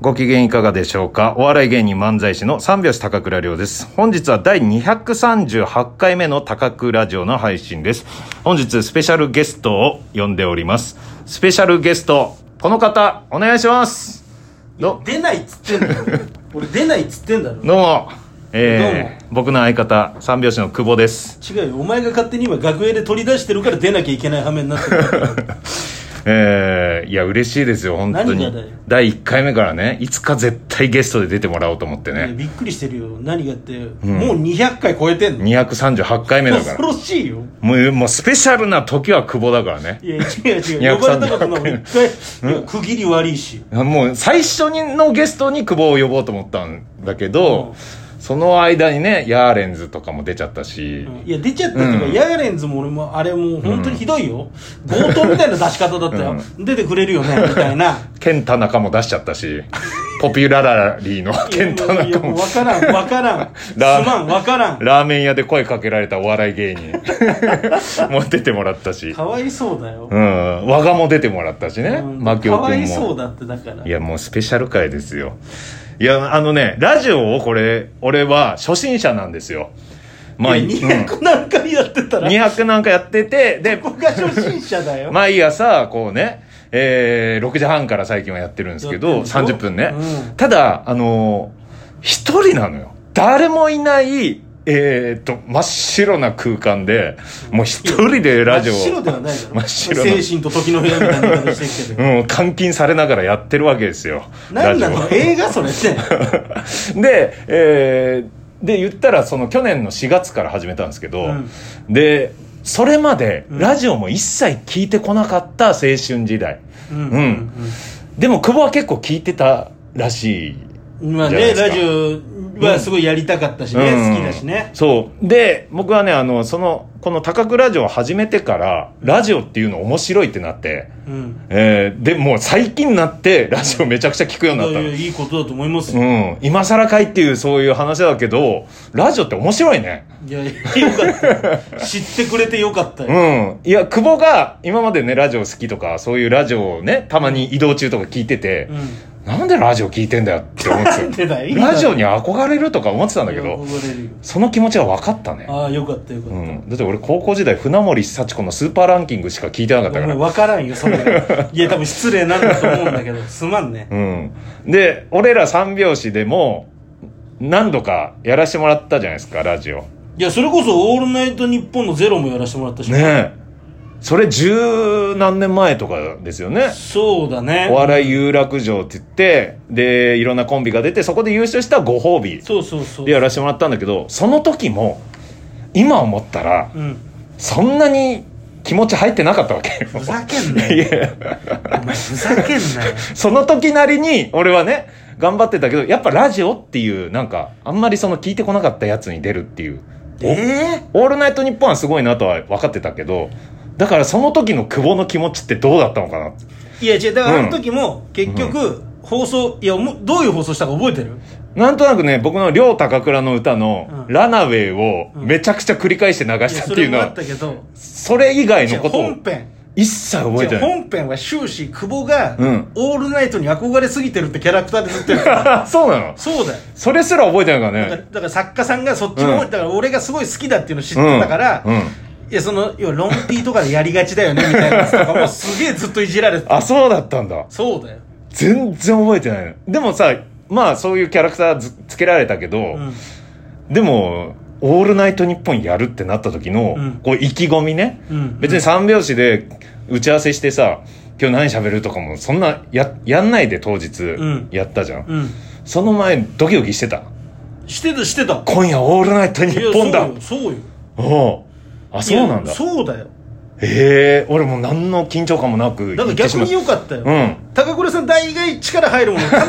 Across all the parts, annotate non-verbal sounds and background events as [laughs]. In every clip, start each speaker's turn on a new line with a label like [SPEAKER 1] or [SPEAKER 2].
[SPEAKER 1] ご機嫌いかがでしょうかお笑い芸人漫才師の三拍子高倉涼です。本日は第238回目の高倉城の配信です。本日スペシャルゲストを呼んでおります。スペシャルゲスト、この方、お願いします。ど、
[SPEAKER 2] 出ないっつってんだろ俺出ないっつってんだろ
[SPEAKER 1] どうも。えー、僕の相方、三拍子の久保です。
[SPEAKER 2] 違うよお前が勝手に今学園で取り出してるから出なきゃいけない羽目になってる
[SPEAKER 1] えー、いや、嬉しいですよ、本当
[SPEAKER 2] 何
[SPEAKER 1] に
[SPEAKER 2] がだよ。
[SPEAKER 1] 第1回目からね、いつか絶対ゲストで出てもらおうと思って [laughs] ね。
[SPEAKER 2] びっくりしてるよ何がって、もう200回超えてんの
[SPEAKER 1] 238回目だか
[SPEAKER 2] [laughs] 恐
[SPEAKER 1] ら。
[SPEAKER 2] ろしいよ
[SPEAKER 1] もう、もうスペシャルな時は久保だからね。
[SPEAKER 2] いや違う違う
[SPEAKER 1] 238
[SPEAKER 2] 呼ばれたことない俺一回、いや区切り悪いし
[SPEAKER 1] もう最初にのゲストに久保を呼ぼうと思ったんだけど、その間にね、ヤーレンズとかも出ちゃったし、
[SPEAKER 2] いや出ちゃったっていうか、ヤーレンズも俺もあれもう本当にひどいよ、強盗みたいな出し方だったよ、出てくれるよねみたいな
[SPEAKER 1] [laughs] ケンタナカも出しちゃった
[SPEAKER 2] [laughs]
[SPEAKER 1] し、ポピュララリーの [laughs] ケンタ
[SPEAKER 2] い
[SPEAKER 1] ナ
[SPEAKER 2] や
[SPEAKER 1] カ
[SPEAKER 2] もう
[SPEAKER 1] も、
[SPEAKER 2] 分からん分からんす
[SPEAKER 1] ラー
[SPEAKER 2] まん分からん
[SPEAKER 1] ラーメン屋で声かけられたお笑い芸
[SPEAKER 2] [laughs]
[SPEAKER 1] 人も出てもらったし、
[SPEAKER 2] かわいそうだよ、
[SPEAKER 1] うん、和賀も出てもらったしね、
[SPEAKER 2] うん
[SPEAKER 1] マキオ
[SPEAKER 2] かわ
[SPEAKER 1] 君
[SPEAKER 2] いそう
[SPEAKER 1] も。
[SPEAKER 2] だってだから
[SPEAKER 1] いや、もうスペシャル回ですよ。いや、あのね、ラジオをこれ、俺は初心者なんですよ。まあ、うん
[SPEAKER 2] 200何回やってたら、
[SPEAKER 1] 200なんかやってて、で、
[SPEAKER 2] 僕が初心者だよ、
[SPEAKER 1] [laughs] 毎朝、こうね、えー、6時半から最近はやってるんですけ
[SPEAKER 2] や
[SPEAKER 1] ど、
[SPEAKER 2] ってるでしょ
[SPEAKER 1] 30分ね。
[SPEAKER 2] うん
[SPEAKER 1] ただ、あのー一人なのよ。誰もいない、えー、と、真っ白な空間で、もう一人でラジオを、
[SPEAKER 2] 真っ白ではないだろ
[SPEAKER 1] 真っ白な
[SPEAKER 2] 精神と時の部屋みたいな感じしてるけど
[SPEAKER 1] うん、監禁されながらやってるわけですよ。
[SPEAKER 2] 何な
[SPEAKER 1] ラジオ
[SPEAKER 2] の
[SPEAKER 1] を
[SPEAKER 2] 映画それって
[SPEAKER 1] で、えーで、言ったら、その去年の4月から始めたんですけど、
[SPEAKER 2] う
[SPEAKER 1] で、それまで、
[SPEAKER 2] うん
[SPEAKER 1] ラジオも一切聞いてこなかった青春時代。
[SPEAKER 2] うん
[SPEAKER 1] うんでも、久保は結構聞いてたらしい。
[SPEAKER 2] うんまあ
[SPEAKER 1] じゃな
[SPEAKER 2] ね
[SPEAKER 1] いですか
[SPEAKER 2] ラジオはすごいやりたかったしね、
[SPEAKER 1] うん
[SPEAKER 2] 好きだしね
[SPEAKER 1] そう。で、僕はね、あの、その、この高倉ラジオを始めてから、ラジオっていうの面白いってなって、
[SPEAKER 2] うん
[SPEAKER 1] えーで、もう最近になって、ラジオめちゃくちゃ聞くよう
[SPEAKER 2] い
[SPEAKER 1] にな
[SPEAKER 2] や
[SPEAKER 1] っ
[SPEAKER 2] い
[SPEAKER 1] た
[SPEAKER 2] や
[SPEAKER 1] の。
[SPEAKER 2] いいことだと思います
[SPEAKER 1] う
[SPEAKER 2] よ、
[SPEAKER 1] ん。今更かいっていうそういう話だけど、ラジオって面白いね。
[SPEAKER 2] いやいやよかったよ知ってくれてよかったよ、
[SPEAKER 1] うん。いや、久保が今までね、ラジオ好きとか、そういうラジオをね、たまに移動中とか聞いてて
[SPEAKER 2] う、ん
[SPEAKER 1] なんでラジオ聞 [laughs] いてんだよって思って
[SPEAKER 2] 出ない
[SPEAKER 1] た。ラジオに憧れるとか思ってたんだけど、
[SPEAKER 2] 憧れるよ
[SPEAKER 1] その気持ちは分かったね。
[SPEAKER 2] ああよかったよかった、
[SPEAKER 1] うん、だって俺高校時代船森幸子のスーパーランキングしか聞いてなかったか
[SPEAKER 2] お前
[SPEAKER 1] ら、
[SPEAKER 2] 分からんよそれがいや多分失礼なんだと思うんだけどすまんね
[SPEAKER 1] うん、で俺ら三拍子でも何度かやらせてもらったじゃないですかラジオ
[SPEAKER 2] いやそれこそ「オールナイトニッポン」のゼロもやらせてもらったし、
[SPEAKER 1] ねえそれ十何年前とかですよね
[SPEAKER 2] そうだね
[SPEAKER 1] お笑い有楽町って言ってでいろんなコンビが出てそこで優勝したご褒美
[SPEAKER 2] そうそうそう
[SPEAKER 1] でやらせてもらったんだけどその時も今思ったら
[SPEAKER 2] うん
[SPEAKER 1] そんなに気持ち入ってなかったわけ
[SPEAKER 2] ふざけんなよお前ふざけんなよ
[SPEAKER 1] その時なりに、俺はね、頑張ってたけど、やっぱラジオっていう、なんか、あんまりその聞いてこなかったやつに出るって [laughs] いう。
[SPEAKER 2] え
[SPEAKER 1] オールナイトニッポンはすごいなとは分かってたけど、だからその時の久保の気持ちってどうだったのかな
[SPEAKER 2] えいや違うだからあの時も結局、放送いやおもどういう放送したか覚えてる
[SPEAKER 1] なんとなくね、僕の両高倉の歌の、
[SPEAKER 2] うん
[SPEAKER 1] ラナウェイをめちゃくちゃ繰り返して流
[SPEAKER 2] い
[SPEAKER 1] し
[SPEAKER 2] や
[SPEAKER 1] たっ
[SPEAKER 2] そ
[SPEAKER 1] てい
[SPEAKER 2] れ
[SPEAKER 1] うの
[SPEAKER 2] もあっ
[SPEAKER 1] は、
[SPEAKER 2] たけど
[SPEAKER 1] それ以外
[SPEAKER 2] 違
[SPEAKER 1] の
[SPEAKER 2] う
[SPEAKER 1] ことを
[SPEAKER 2] 本編
[SPEAKER 1] 一切覚え
[SPEAKER 2] 違
[SPEAKER 1] て
[SPEAKER 2] う
[SPEAKER 1] ない。
[SPEAKER 2] 本編は終始久保が、
[SPEAKER 1] うん
[SPEAKER 2] オールナイトに憧れすぎてるってキャラクターでずっとやってた
[SPEAKER 1] あ [laughs] そうなの
[SPEAKER 2] そうだよ
[SPEAKER 1] それすら覚えてないから
[SPEAKER 2] だから
[SPEAKER 1] ね。
[SPEAKER 2] だから作家さんがそっちの方、
[SPEAKER 1] うん
[SPEAKER 2] だから俺がすごい好きだっていうの知ってたから、
[SPEAKER 1] うんうん
[SPEAKER 2] いやその要はロンピーとかでやりがちだよねみたいなやつとかもすげえずっといじられてた
[SPEAKER 1] あ、そうだったんだ。
[SPEAKER 2] そうだよ
[SPEAKER 1] 全然覚えてないのでもさまあそういうキャラクターつつけられたけど、
[SPEAKER 2] うん
[SPEAKER 1] でも「オールナイトニッポン」やるってなった時の、
[SPEAKER 2] うん
[SPEAKER 1] こう意気込みね、
[SPEAKER 2] うん
[SPEAKER 1] 別に三拍子で打ち合わせしてさ今日何喋るとかもそんなややんないで当日
[SPEAKER 2] ん
[SPEAKER 1] やったじゃん、
[SPEAKER 2] うん
[SPEAKER 1] その前ドキドキしてた
[SPEAKER 2] してたしてた
[SPEAKER 1] 「今夜オールナイトニッポンだ
[SPEAKER 2] いやそうよそうよ」
[SPEAKER 1] おうあそうなん
[SPEAKER 2] いや
[SPEAKER 1] だ
[SPEAKER 2] そうだよ
[SPEAKER 1] へえ俺もう何の緊張感もなく
[SPEAKER 2] だから
[SPEAKER 1] 行ってし
[SPEAKER 2] 逆
[SPEAKER 1] まっ
[SPEAKER 2] に良かったよ、
[SPEAKER 1] うん
[SPEAKER 2] 高倉さん大概力入るもの必ず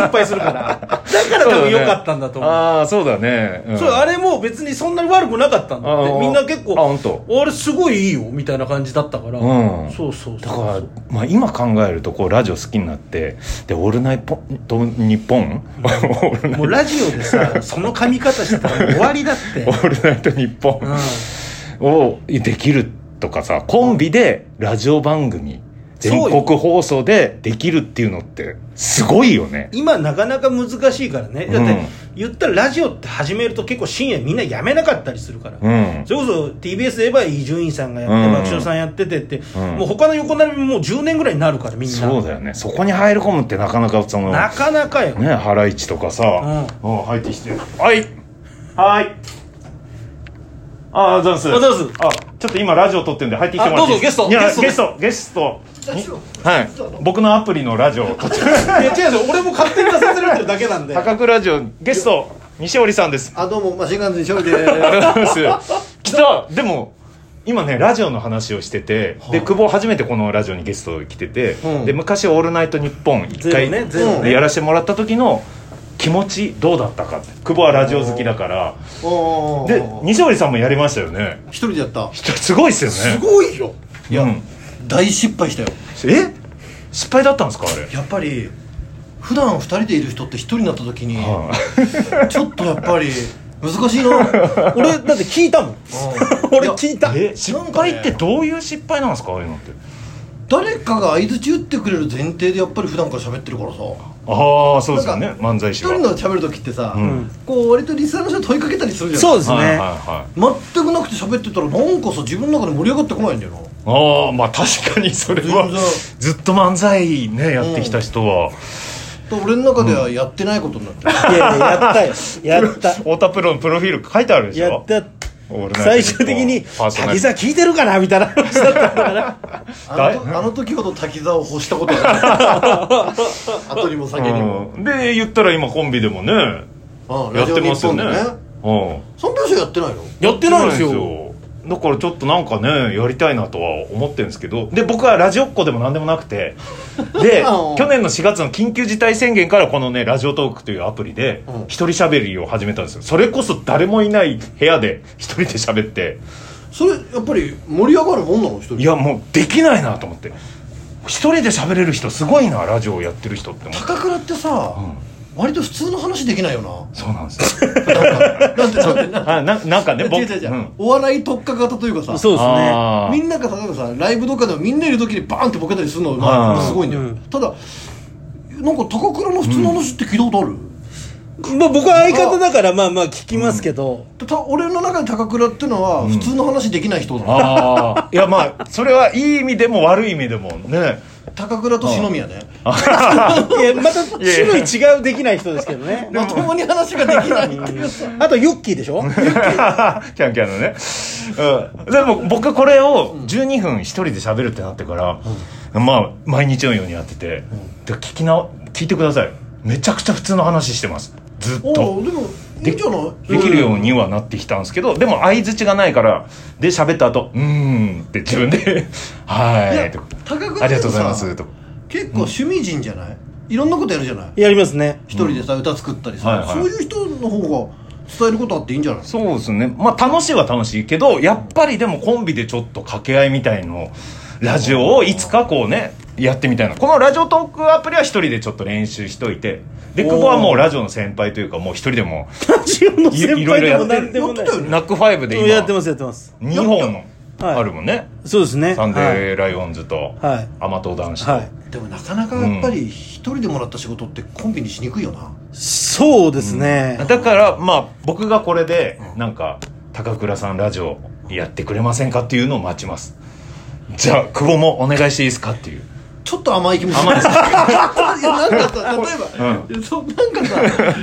[SPEAKER 2] 失敗するからだから多分良かったんだと思う
[SPEAKER 1] ああーそうだね、うん
[SPEAKER 2] そうあれも別にそんなに悪くなかったんだっ
[SPEAKER 1] あ
[SPEAKER 2] て
[SPEAKER 1] あ
[SPEAKER 2] みんな結
[SPEAKER 1] あ本当
[SPEAKER 2] 構あれすごいいいよみたいな感じだったから、
[SPEAKER 1] うん
[SPEAKER 2] そうそうそう
[SPEAKER 1] だから、まあ、今考えるとこうラジオ好きになってで「オールナイトニッポン」 [laughs] 「オールナイ
[SPEAKER 2] もうラジオでさその髪型してたらもう終わり
[SPEAKER 1] [laughs]
[SPEAKER 2] だって
[SPEAKER 1] オールナイトニッポン
[SPEAKER 2] う」
[SPEAKER 1] をできるとかさコンビでラジオ番組全国放送でできるっていうのってすごいよね
[SPEAKER 2] 今なかなか難しいからねだって、言ったらラジオって始めると結構深夜みんなやめなかったりするから、
[SPEAKER 1] うん
[SPEAKER 2] それこそ TBS で言えば伊集院さんがやって、
[SPEAKER 1] うん
[SPEAKER 2] 爆笑さんやっててって、
[SPEAKER 1] ん
[SPEAKER 2] もう他の横並びもう10年ぐらいになるからみんな
[SPEAKER 1] そうだよねそこに入り込むってなかなかその
[SPEAKER 2] な
[SPEAKER 1] ね
[SPEAKER 2] かなかよ、
[SPEAKER 1] ハライチとかさ、うん、入ってきてはいはいああありがとうございます
[SPEAKER 2] ありがとうござい
[SPEAKER 1] あちょっと今ラジオ撮ってるんで入ってきてもらっていいですか
[SPEAKER 2] あどうぞ
[SPEAKER 1] いや
[SPEAKER 2] ゲ
[SPEAKER 1] ゲ
[SPEAKER 2] ス
[SPEAKER 1] ストゲスト
[SPEAKER 2] 大丈夫
[SPEAKER 1] はい僕のアプリのラジオを撮って
[SPEAKER 2] [laughs] いや違うんですよ俺も勝手に出させられてるだけなん
[SPEAKER 1] [laughs]
[SPEAKER 2] で
[SPEAKER 1] 高倉ラジオゲスト西織さんです
[SPEAKER 3] あ、どうも、マシンガンズにしょうで
[SPEAKER 1] あ
[SPEAKER 3] す。
[SPEAKER 1] りがとうございます来たでも今ねラジオの話をしてて、で久保初めてこのラジオにゲスト来てて、
[SPEAKER 3] うん
[SPEAKER 1] で昔「オールナイトニッポン」1
[SPEAKER 2] ゼ
[SPEAKER 1] 回
[SPEAKER 2] ロねゼロね
[SPEAKER 1] でやらせてもらった時の気持ちどうだったかって久保はラジオ好きだから
[SPEAKER 3] [laughs] おー
[SPEAKER 1] で西堀さんもやりましたよね
[SPEAKER 3] 一人でやった。
[SPEAKER 1] 人すごいっすよね
[SPEAKER 3] すごいよ。いや、
[SPEAKER 1] うん
[SPEAKER 3] 大失敗したよ。
[SPEAKER 1] え失敗だったんですかあれ
[SPEAKER 3] やっぱり、普段二人でいる人って一人になった時に、
[SPEAKER 1] は
[SPEAKER 3] ちょっとやっぱり、難しいな。 [laughs]
[SPEAKER 2] 俺だって聞いたもん俺
[SPEAKER 3] いや [laughs]
[SPEAKER 2] 聞いた
[SPEAKER 1] え失敗ってどういう失敗なんですかああいうのって
[SPEAKER 3] 誰かが相槌打ってくれる前提でやっぱり普段から喋ってるからさ。
[SPEAKER 1] ああそうですよね
[SPEAKER 3] なんか
[SPEAKER 1] 漫才
[SPEAKER 3] 一
[SPEAKER 1] 師が
[SPEAKER 3] 人の喋る時ってさ、
[SPEAKER 1] ん
[SPEAKER 3] こう割とリスナーの人に問いかけたりするじゃん。
[SPEAKER 2] そうですね、
[SPEAKER 1] はいはいはい
[SPEAKER 3] 全くなくて喋ってたら、なんかさ、自分の中で盛り上がってこないんだよな。
[SPEAKER 1] ああまあ確かにそれは
[SPEAKER 3] 全然
[SPEAKER 1] ずっと漫才ねやってきた人は、
[SPEAKER 3] と俺の中ではやってないことになってる。
[SPEAKER 2] いやいややったよ
[SPEAKER 1] [laughs]
[SPEAKER 2] やった
[SPEAKER 1] 太田プロのプロフィール書いてあるでしょ
[SPEAKER 2] やった
[SPEAKER 1] オールナイトニッポン
[SPEAKER 2] 最終的に「
[SPEAKER 1] パーソナリ
[SPEAKER 2] 滝
[SPEAKER 1] ティ
[SPEAKER 2] 沢聞いてるかな?」みたいな話だったんだから
[SPEAKER 1] [laughs]
[SPEAKER 3] あのとあの時ほど滝沢を欲したことはない後にも先にも、
[SPEAKER 1] うんで言ったら今コンビでもね
[SPEAKER 3] あ
[SPEAKER 1] やってますよね
[SPEAKER 3] ラジオ日本で
[SPEAKER 1] うん
[SPEAKER 3] 三拍子やってないの
[SPEAKER 2] やってないんですよ
[SPEAKER 1] だからちょっとなんかねやりたいなとは思ってるんですけどで僕はラジオっ子でも何でもなく
[SPEAKER 3] [laughs]
[SPEAKER 1] てで
[SPEAKER 3] うん
[SPEAKER 1] 去年の4月の緊急事態宣言からこのねラジオトークというアプリで
[SPEAKER 3] うん
[SPEAKER 1] 一人喋りを始めたんですよそれこそ誰もいない部屋で一人で喋って
[SPEAKER 3] それやっぱり盛り上がるもんなの一人
[SPEAKER 1] いやもうできないなと思って一人で喋れる人すごいなラジオをやってる人って思って
[SPEAKER 3] 高倉ってさ、割と普通の話できないよな
[SPEAKER 1] そうなんです
[SPEAKER 3] [laughs]
[SPEAKER 1] よ
[SPEAKER 3] なんかなんでなんで [laughs] なんで
[SPEAKER 1] あななんかね
[SPEAKER 3] 違う違う違う
[SPEAKER 1] うん
[SPEAKER 3] お笑い特化型というかさ
[SPEAKER 2] そうですね
[SPEAKER 1] あー
[SPEAKER 3] みんなが例えばさライブとかでもみんないる時にバーンってボケたりするのま
[SPEAKER 1] う
[SPEAKER 3] あ
[SPEAKER 1] ん
[SPEAKER 3] すごいんだよ、
[SPEAKER 2] うん
[SPEAKER 3] ただなんか高倉の普通の話って聞いたことある、
[SPEAKER 2] まあ僕は相方だからまあまあ聞きますけど、
[SPEAKER 3] た俺の中で高倉ってのは普通の話できない人だな、
[SPEAKER 1] ああいやまあそれはいい意味でも悪い意味でもね
[SPEAKER 3] 高倉と篠宮ね
[SPEAKER 2] いやまた種類違うできない人ですけどね
[SPEAKER 3] まともに話ができない
[SPEAKER 1] [laughs]
[SPEAKER 3] っていうさ
[SPEAKER 2] あとユッキーでしょ
[SPEAKER 1] キャンキャンのね、うん、でも僕これを12分一人で喋るってなってから、まあ毎日のようにやってて、で聞きな聞いてくださいめちゃくちゃ普通の話してますずっ
[SPEAKER 3] お
[SPEAKER 1] と
[SPEAKER 3] うでもいいんじゃな
[SPEAKER 1] で
[SPEAKER 3] い
[SPEAKER 1] きるようにはなってきたんですけどでも相づちがないからで喋った後うーん」って自分で「はーい」
[SPEAKER 3] や
[SPEAKER 1] とか
[SPEAKER 3] 高倉
[SPEAKER 1] ありがとうございます」と
[SPEAKER 3] とか
[SPEAKER 1] か
[SPEAKER 3] 結構趣味人じゃないいろんなことやるじゃない
[SPEAKER 2] やりますね
[SPEAKER 3] 一人でさ歌作った
[SPEAKER 1] は
[SPEAKER 3] り
[SPEAKER 1] い
[SPEAKER 3] さ
[SPEAKER 1] はい
[SPEAKER 3] そういう人の方が伝えることあっていいんじゃない
[SPEAKER 1] そうですねまあ楽しいは楽しいけどやっぱりでもコンビでちょっと掛け合いみたいのラジオをいつかこうねやってみたいなこのラジオトークアプリは一人でちょっと練習しといてで久保はもうラジオの先輩というかもう一人でも
[SPEAKER 2] ラジオの先
[SPEAKER 1] いろいろ
[SPEAKER 2] 輩で
[SPEAKER 1] や
[SPEAKER 2] も
[SPEAKER 1] ってる
[SPEAKER 2] 何でもない
[SPEAKER 3] やって
[SPEAKER 1] ナックファイブで今
[SPEAKER 2] やってますやってます
[SPEAKER 1] 2本の
[SPEAKER 2] はい
[SPEAKER 1] あるもんね、
[SPEAKER 2] そうですね
[SPEAKER 1] サン
[SPEAKER 2] はい
[SPEAKER 1] デーライオンズと、
[SPEAKER 2] はい
[SPEAKER 1] 甘党男子と、
[SPEAKER 2] はい
[SPEAKER 3] でもなかなかやっぱり一人でもらった仕事ってコンビにしにくいよな
[SPEAKER 2] そうですね、
[SPEAKER 1] だからまあ僕がこれでなんか高倉さんラジオやってくれませんかっていうのを待ちますじゃあ久保もお願いしていいですかっていう
[SPEAKER 3] ちょっと甘い気持ち
[SPEAKER 1] 甘いです
[SPEAKER 3] [laughs] い
[SPEAKER 1] [laughs]
[SPEAKER 3] やなんかさ例えばそなんかさ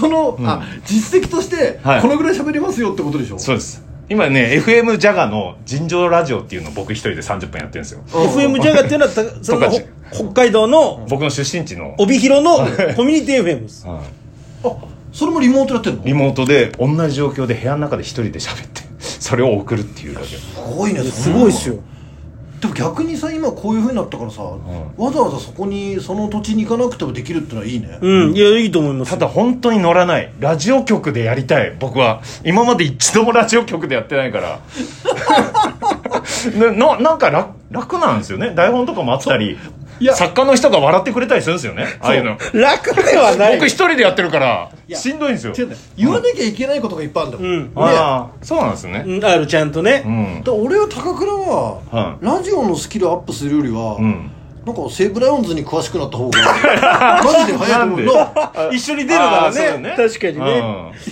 [SPEAKER 3] そのあ実績として
[SPEAKER 1] はい
[SPEAKER 3] このぐらい喋りますよってことでしょ
[SPEAKER 1] そうです今ね FM ジャガの尋常ラジオっていうのを僕一人で30分やってるんですよ
[SPEAKER 3] うん
[SPEAKER 2] FM ジャガっていうのはたその
[SPEAKER 1] 十勝
[SPEAKER 2] ほ北海道の
[SPEAKER 1] 僕の出身地の、
[SPEAKER 2] 帯広のコミュニティ FM です
[SPEAKER 1] うん
[SPEAKER 3] あそれもリモートやってんの
[SPEAKER 1] リモートで同じ状況で部屋の中で一人で喋ってそれを送るっていうラジ
[SPEAKER 3] すごいね
[SPEAKER 2] すごいっすよ
[SPEAKER 3] でも逆にさ今こういうふうになったからさ、わざわざそこにその土地に行かなくてもできるってのはいいね、
[SPEAKER 2] うんいやいいと思いま
[SPEAKER 1] オ
[SPEAKER 2] す
[SPEAKER 1] ただ本当に乗らないラジオ局でやりたい僕は今まで一度もラジオ局でやってないから [laughs] なななんか楽楽なんですよね台本とかもあったり
[SPEAKER 3] いや
[SPEAKER 1] 作家の人が笑ってくれたりするんですよねああいうの
[SPEAKER 3] 楽ではない
[SPEAKER 1] 僕一人でやってるから
[SPEAKER 3] や
[SPEAKER 1] しんどいんですよ
[SPEAKER 3] 違うんだよ言わなきゃいけないことがいっぱいあるんだもん、
[SPEAKER 2] うん
[SPEAKER 1] ああそうなんですね
[SPEAKER 2] うんあるちゃんと
[SPEAKER 1] う
[SPEAKER 2] ね、
[SPEAKER 1] ん
[SPEAKER 3] だから俺は高倉は、
[SPEAKER 1] は
[SPEAKER 3] ラジオのスキルアップするよりは、
[SPEAKER 1] うん
[SPEAKER 3] なんか西武ライオンズに詳しくなった方がマジで早いと思う
[SPEAKER 1] なんで
[SPEAKER 3] な
[SPEAKER 2] 一緒に出る
[SPEAKER 1] あ
[SPEAKER 2] な
[SPEAKER 1] ー
[SPEAKER 2] ら
[SPEAKER 1] そうだ
[SPEAKER 2] ね
[SPEAKER 1] ね
[SPEAKER 3] 確かに
[SPEAKER 1] うん
[SPEAKER 3] ね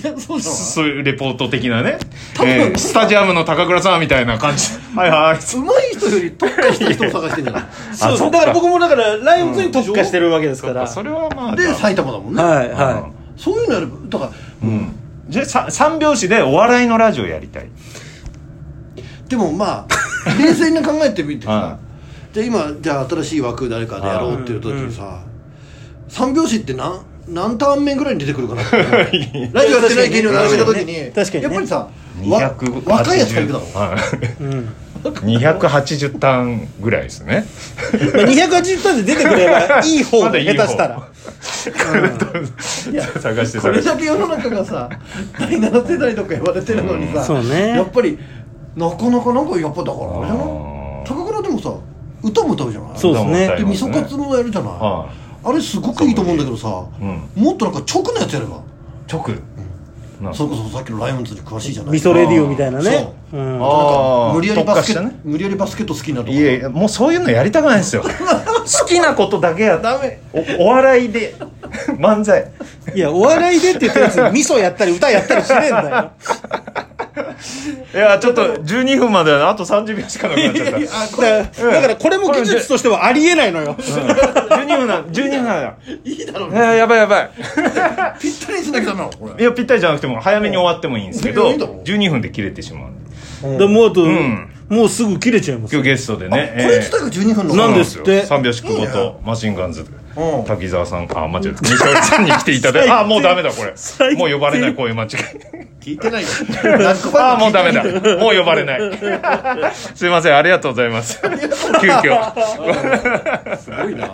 [SPEAKER 3] いやそうだわ
[SPEAKER 1] そういうレポート的なね、えースタジアムの高倉さんみたいな感じ [laughs] はいはいう
[SPEAKER 3] まい人より特化した人を探してんじゃない
[SPEAKER 1] あそ
[SPEAKER 2] そ
[SPEAKER 1] っ
[SPEAKER 2] う
[SPEAKER 1] か
[SPEAKER 2] だから僕もだからライオンズに特化してるわけですから、
[SPEAKER 1] それはまあ
[SPEAKER 3] で
[SPEAKER 1] じゃあ
[SPEAKER 3] 埼玉だもんね、
[SPEAKER 2] はいは
[SPEAKER 3] そういうのやればだから
[SPEAKER 1] うんじゃあさ三拍子でお笑いのラジオやりたい
[SPEAKER 3] でも
[SPEAKER 2] [laughs]
[SPEAKER 3] まあ冷静に考えてみて
[SPEAKER 1] は
[SPEAKER 3] さじゃあ今じゃあ新しい枠誰かでやろうっていう時にさ三拍子って何何ターン目ぐらいに出てくるか
[SPEAKER 2] [laughs]
[SPEAKER 3] なってラジオやってない芸人を並べた時に
[SPEAKER 2] 確かにね
[SPEAKER 3] やっぱりさわ
[SPEAKER 1] 280
[SPEAKER 3] 若いやつがいるだろ
[SPEAKER 1] はい
[SPEAKER 2] い、うん
[SPEAKER 1] 280ターンぐらいです
[SPEAKER 3] [laughs]
[SPEAKER 1] ね
[SPEAKER 2] まあ280ターンで出てくればいい方
[SPEAKER 1] ま
[SPEAKER 2] 下
[SPEAKER 1] だいい
[SPEAKER 2] 手
[SPEAKER 1] 方
[SPEAKER 2] したら
[SPEAKER 1] [laughs] 探して
[SPEAKER 3] こ
[SPEAKER 1] 探
[SPEAKER 3] れ
[SPEAKER 1] して
[SPEAKER 3] だけ世の中
[SPEAKER 2] [laughs]
[SPEAKER 3] がさ第7世代とか言われてるのにさ、
[SPEAKER 2] うんそうね
[SPEAKER 3] やっぱりなかなかなんかやっぱだからあれじゃない
[SPEAKER 1] あー
[SPEAKER 3] 高倉でもさ歌も歌うじゃない
[SPEAKER 2] そうですね
[SPEAKER 1] 歌も歌い
[SPEAKER 3] で
[SPEAKER 1] ま
[SPEAKER 3] 味噌カツもやるじゃない、
[SPEAKER 1] は
[SPEAKER 3] あれすごくいいと思うんだけどさ、
[SPEAKER 1] うん
[SPEAKER 3] もっとなんか直のやつやれば
[SPEAKER 1] 直なん
[SPEAKER 3] それこそさっきのライオンズに詳しいじゃない
[SPEAKER 2] 味噌レディオみたいなね、
[SPEAKER 3] そう
[SPEAKER 2] ん、
[SPEAKER 1] あー
[SPEAKER 3] 無理やりバスケ、
[SPEAKER 1] 特化したね
[SPEAKER 3] 無理やりバスケット好きになるとか
[SPEAKER 1] いえもうそういうのやりたくないん
[SPEAKER 3] [laughs]
[SPEAKER 1] ですよ好きなことだけや
[SPEAKER 3] ダメ
[SPEAKER 1] おお笑いで漫才
[SPEAKER 2] いやお笑いでって言ったやつに味噌やったり歌やったりしねえん
[SPEAKER 1] [laughs]
[SPEAKER 2] だよ
[SPEAKER 1] いやちょっと12分まであと30秒しかなくなっちゃった
[SPEAKER 3] あこれ
[SPEAKER 2] だからだからこれも技術としてはありえないのよ
[SPEAKER 1] 12分な12分なんだ
[SPEAKER 3] いいだろう
[SPEAKER 1] [laughs] いややばいやばい
[SPEAKER 3] ぴったりにしなきゃダメなのこれ
[SPEAKER 1] いやぴったりじゃなくても早めに終わってもいいんですけ
[SPEAKER 3] うん
[SPEAKER 1] ど
[SPEAKER 3] いいんだろ
[SPEAKER 1] 12分で切れてしまうんで
[SPEAKER 2] でもうあと、
[SPEAKER 1] ん
[SPEAKER 2] もうすぐ切れちゃいます
[SPEAKER 1] 今日ゲストでね
[SPEAKER 3] これ自体が12分の
[SPEAKER 2] なんです
[SPEAKER 1] よ
[SPEAKER 2] って
[SPEAKER 1] 三拍子久保
[SPEAKER 3] いい
[SPEAKER 1] とマシンガンズ
[SPEAKER 3] うん
[SPEAKER 1] 滝沢さんあ間違えた西堀さんに来ていただいてあもうダメだこれ
[SPEAKER 2] 最低
[SPEAKER 1] もう呼ばれないこういう間違い
[SPEAKER 3] 聞いてないよ何個
[SPEAKER 1] あ
[SPEAKER 3] 番
[SPEAKER 1] あ、も
[SPEAKER 3] 組
[SPEAKER 1] うダメだ。もう呼ばれ [laughs] ない。すいません、ありがとうございます。急遽。
[SPEAKER 3] すごいな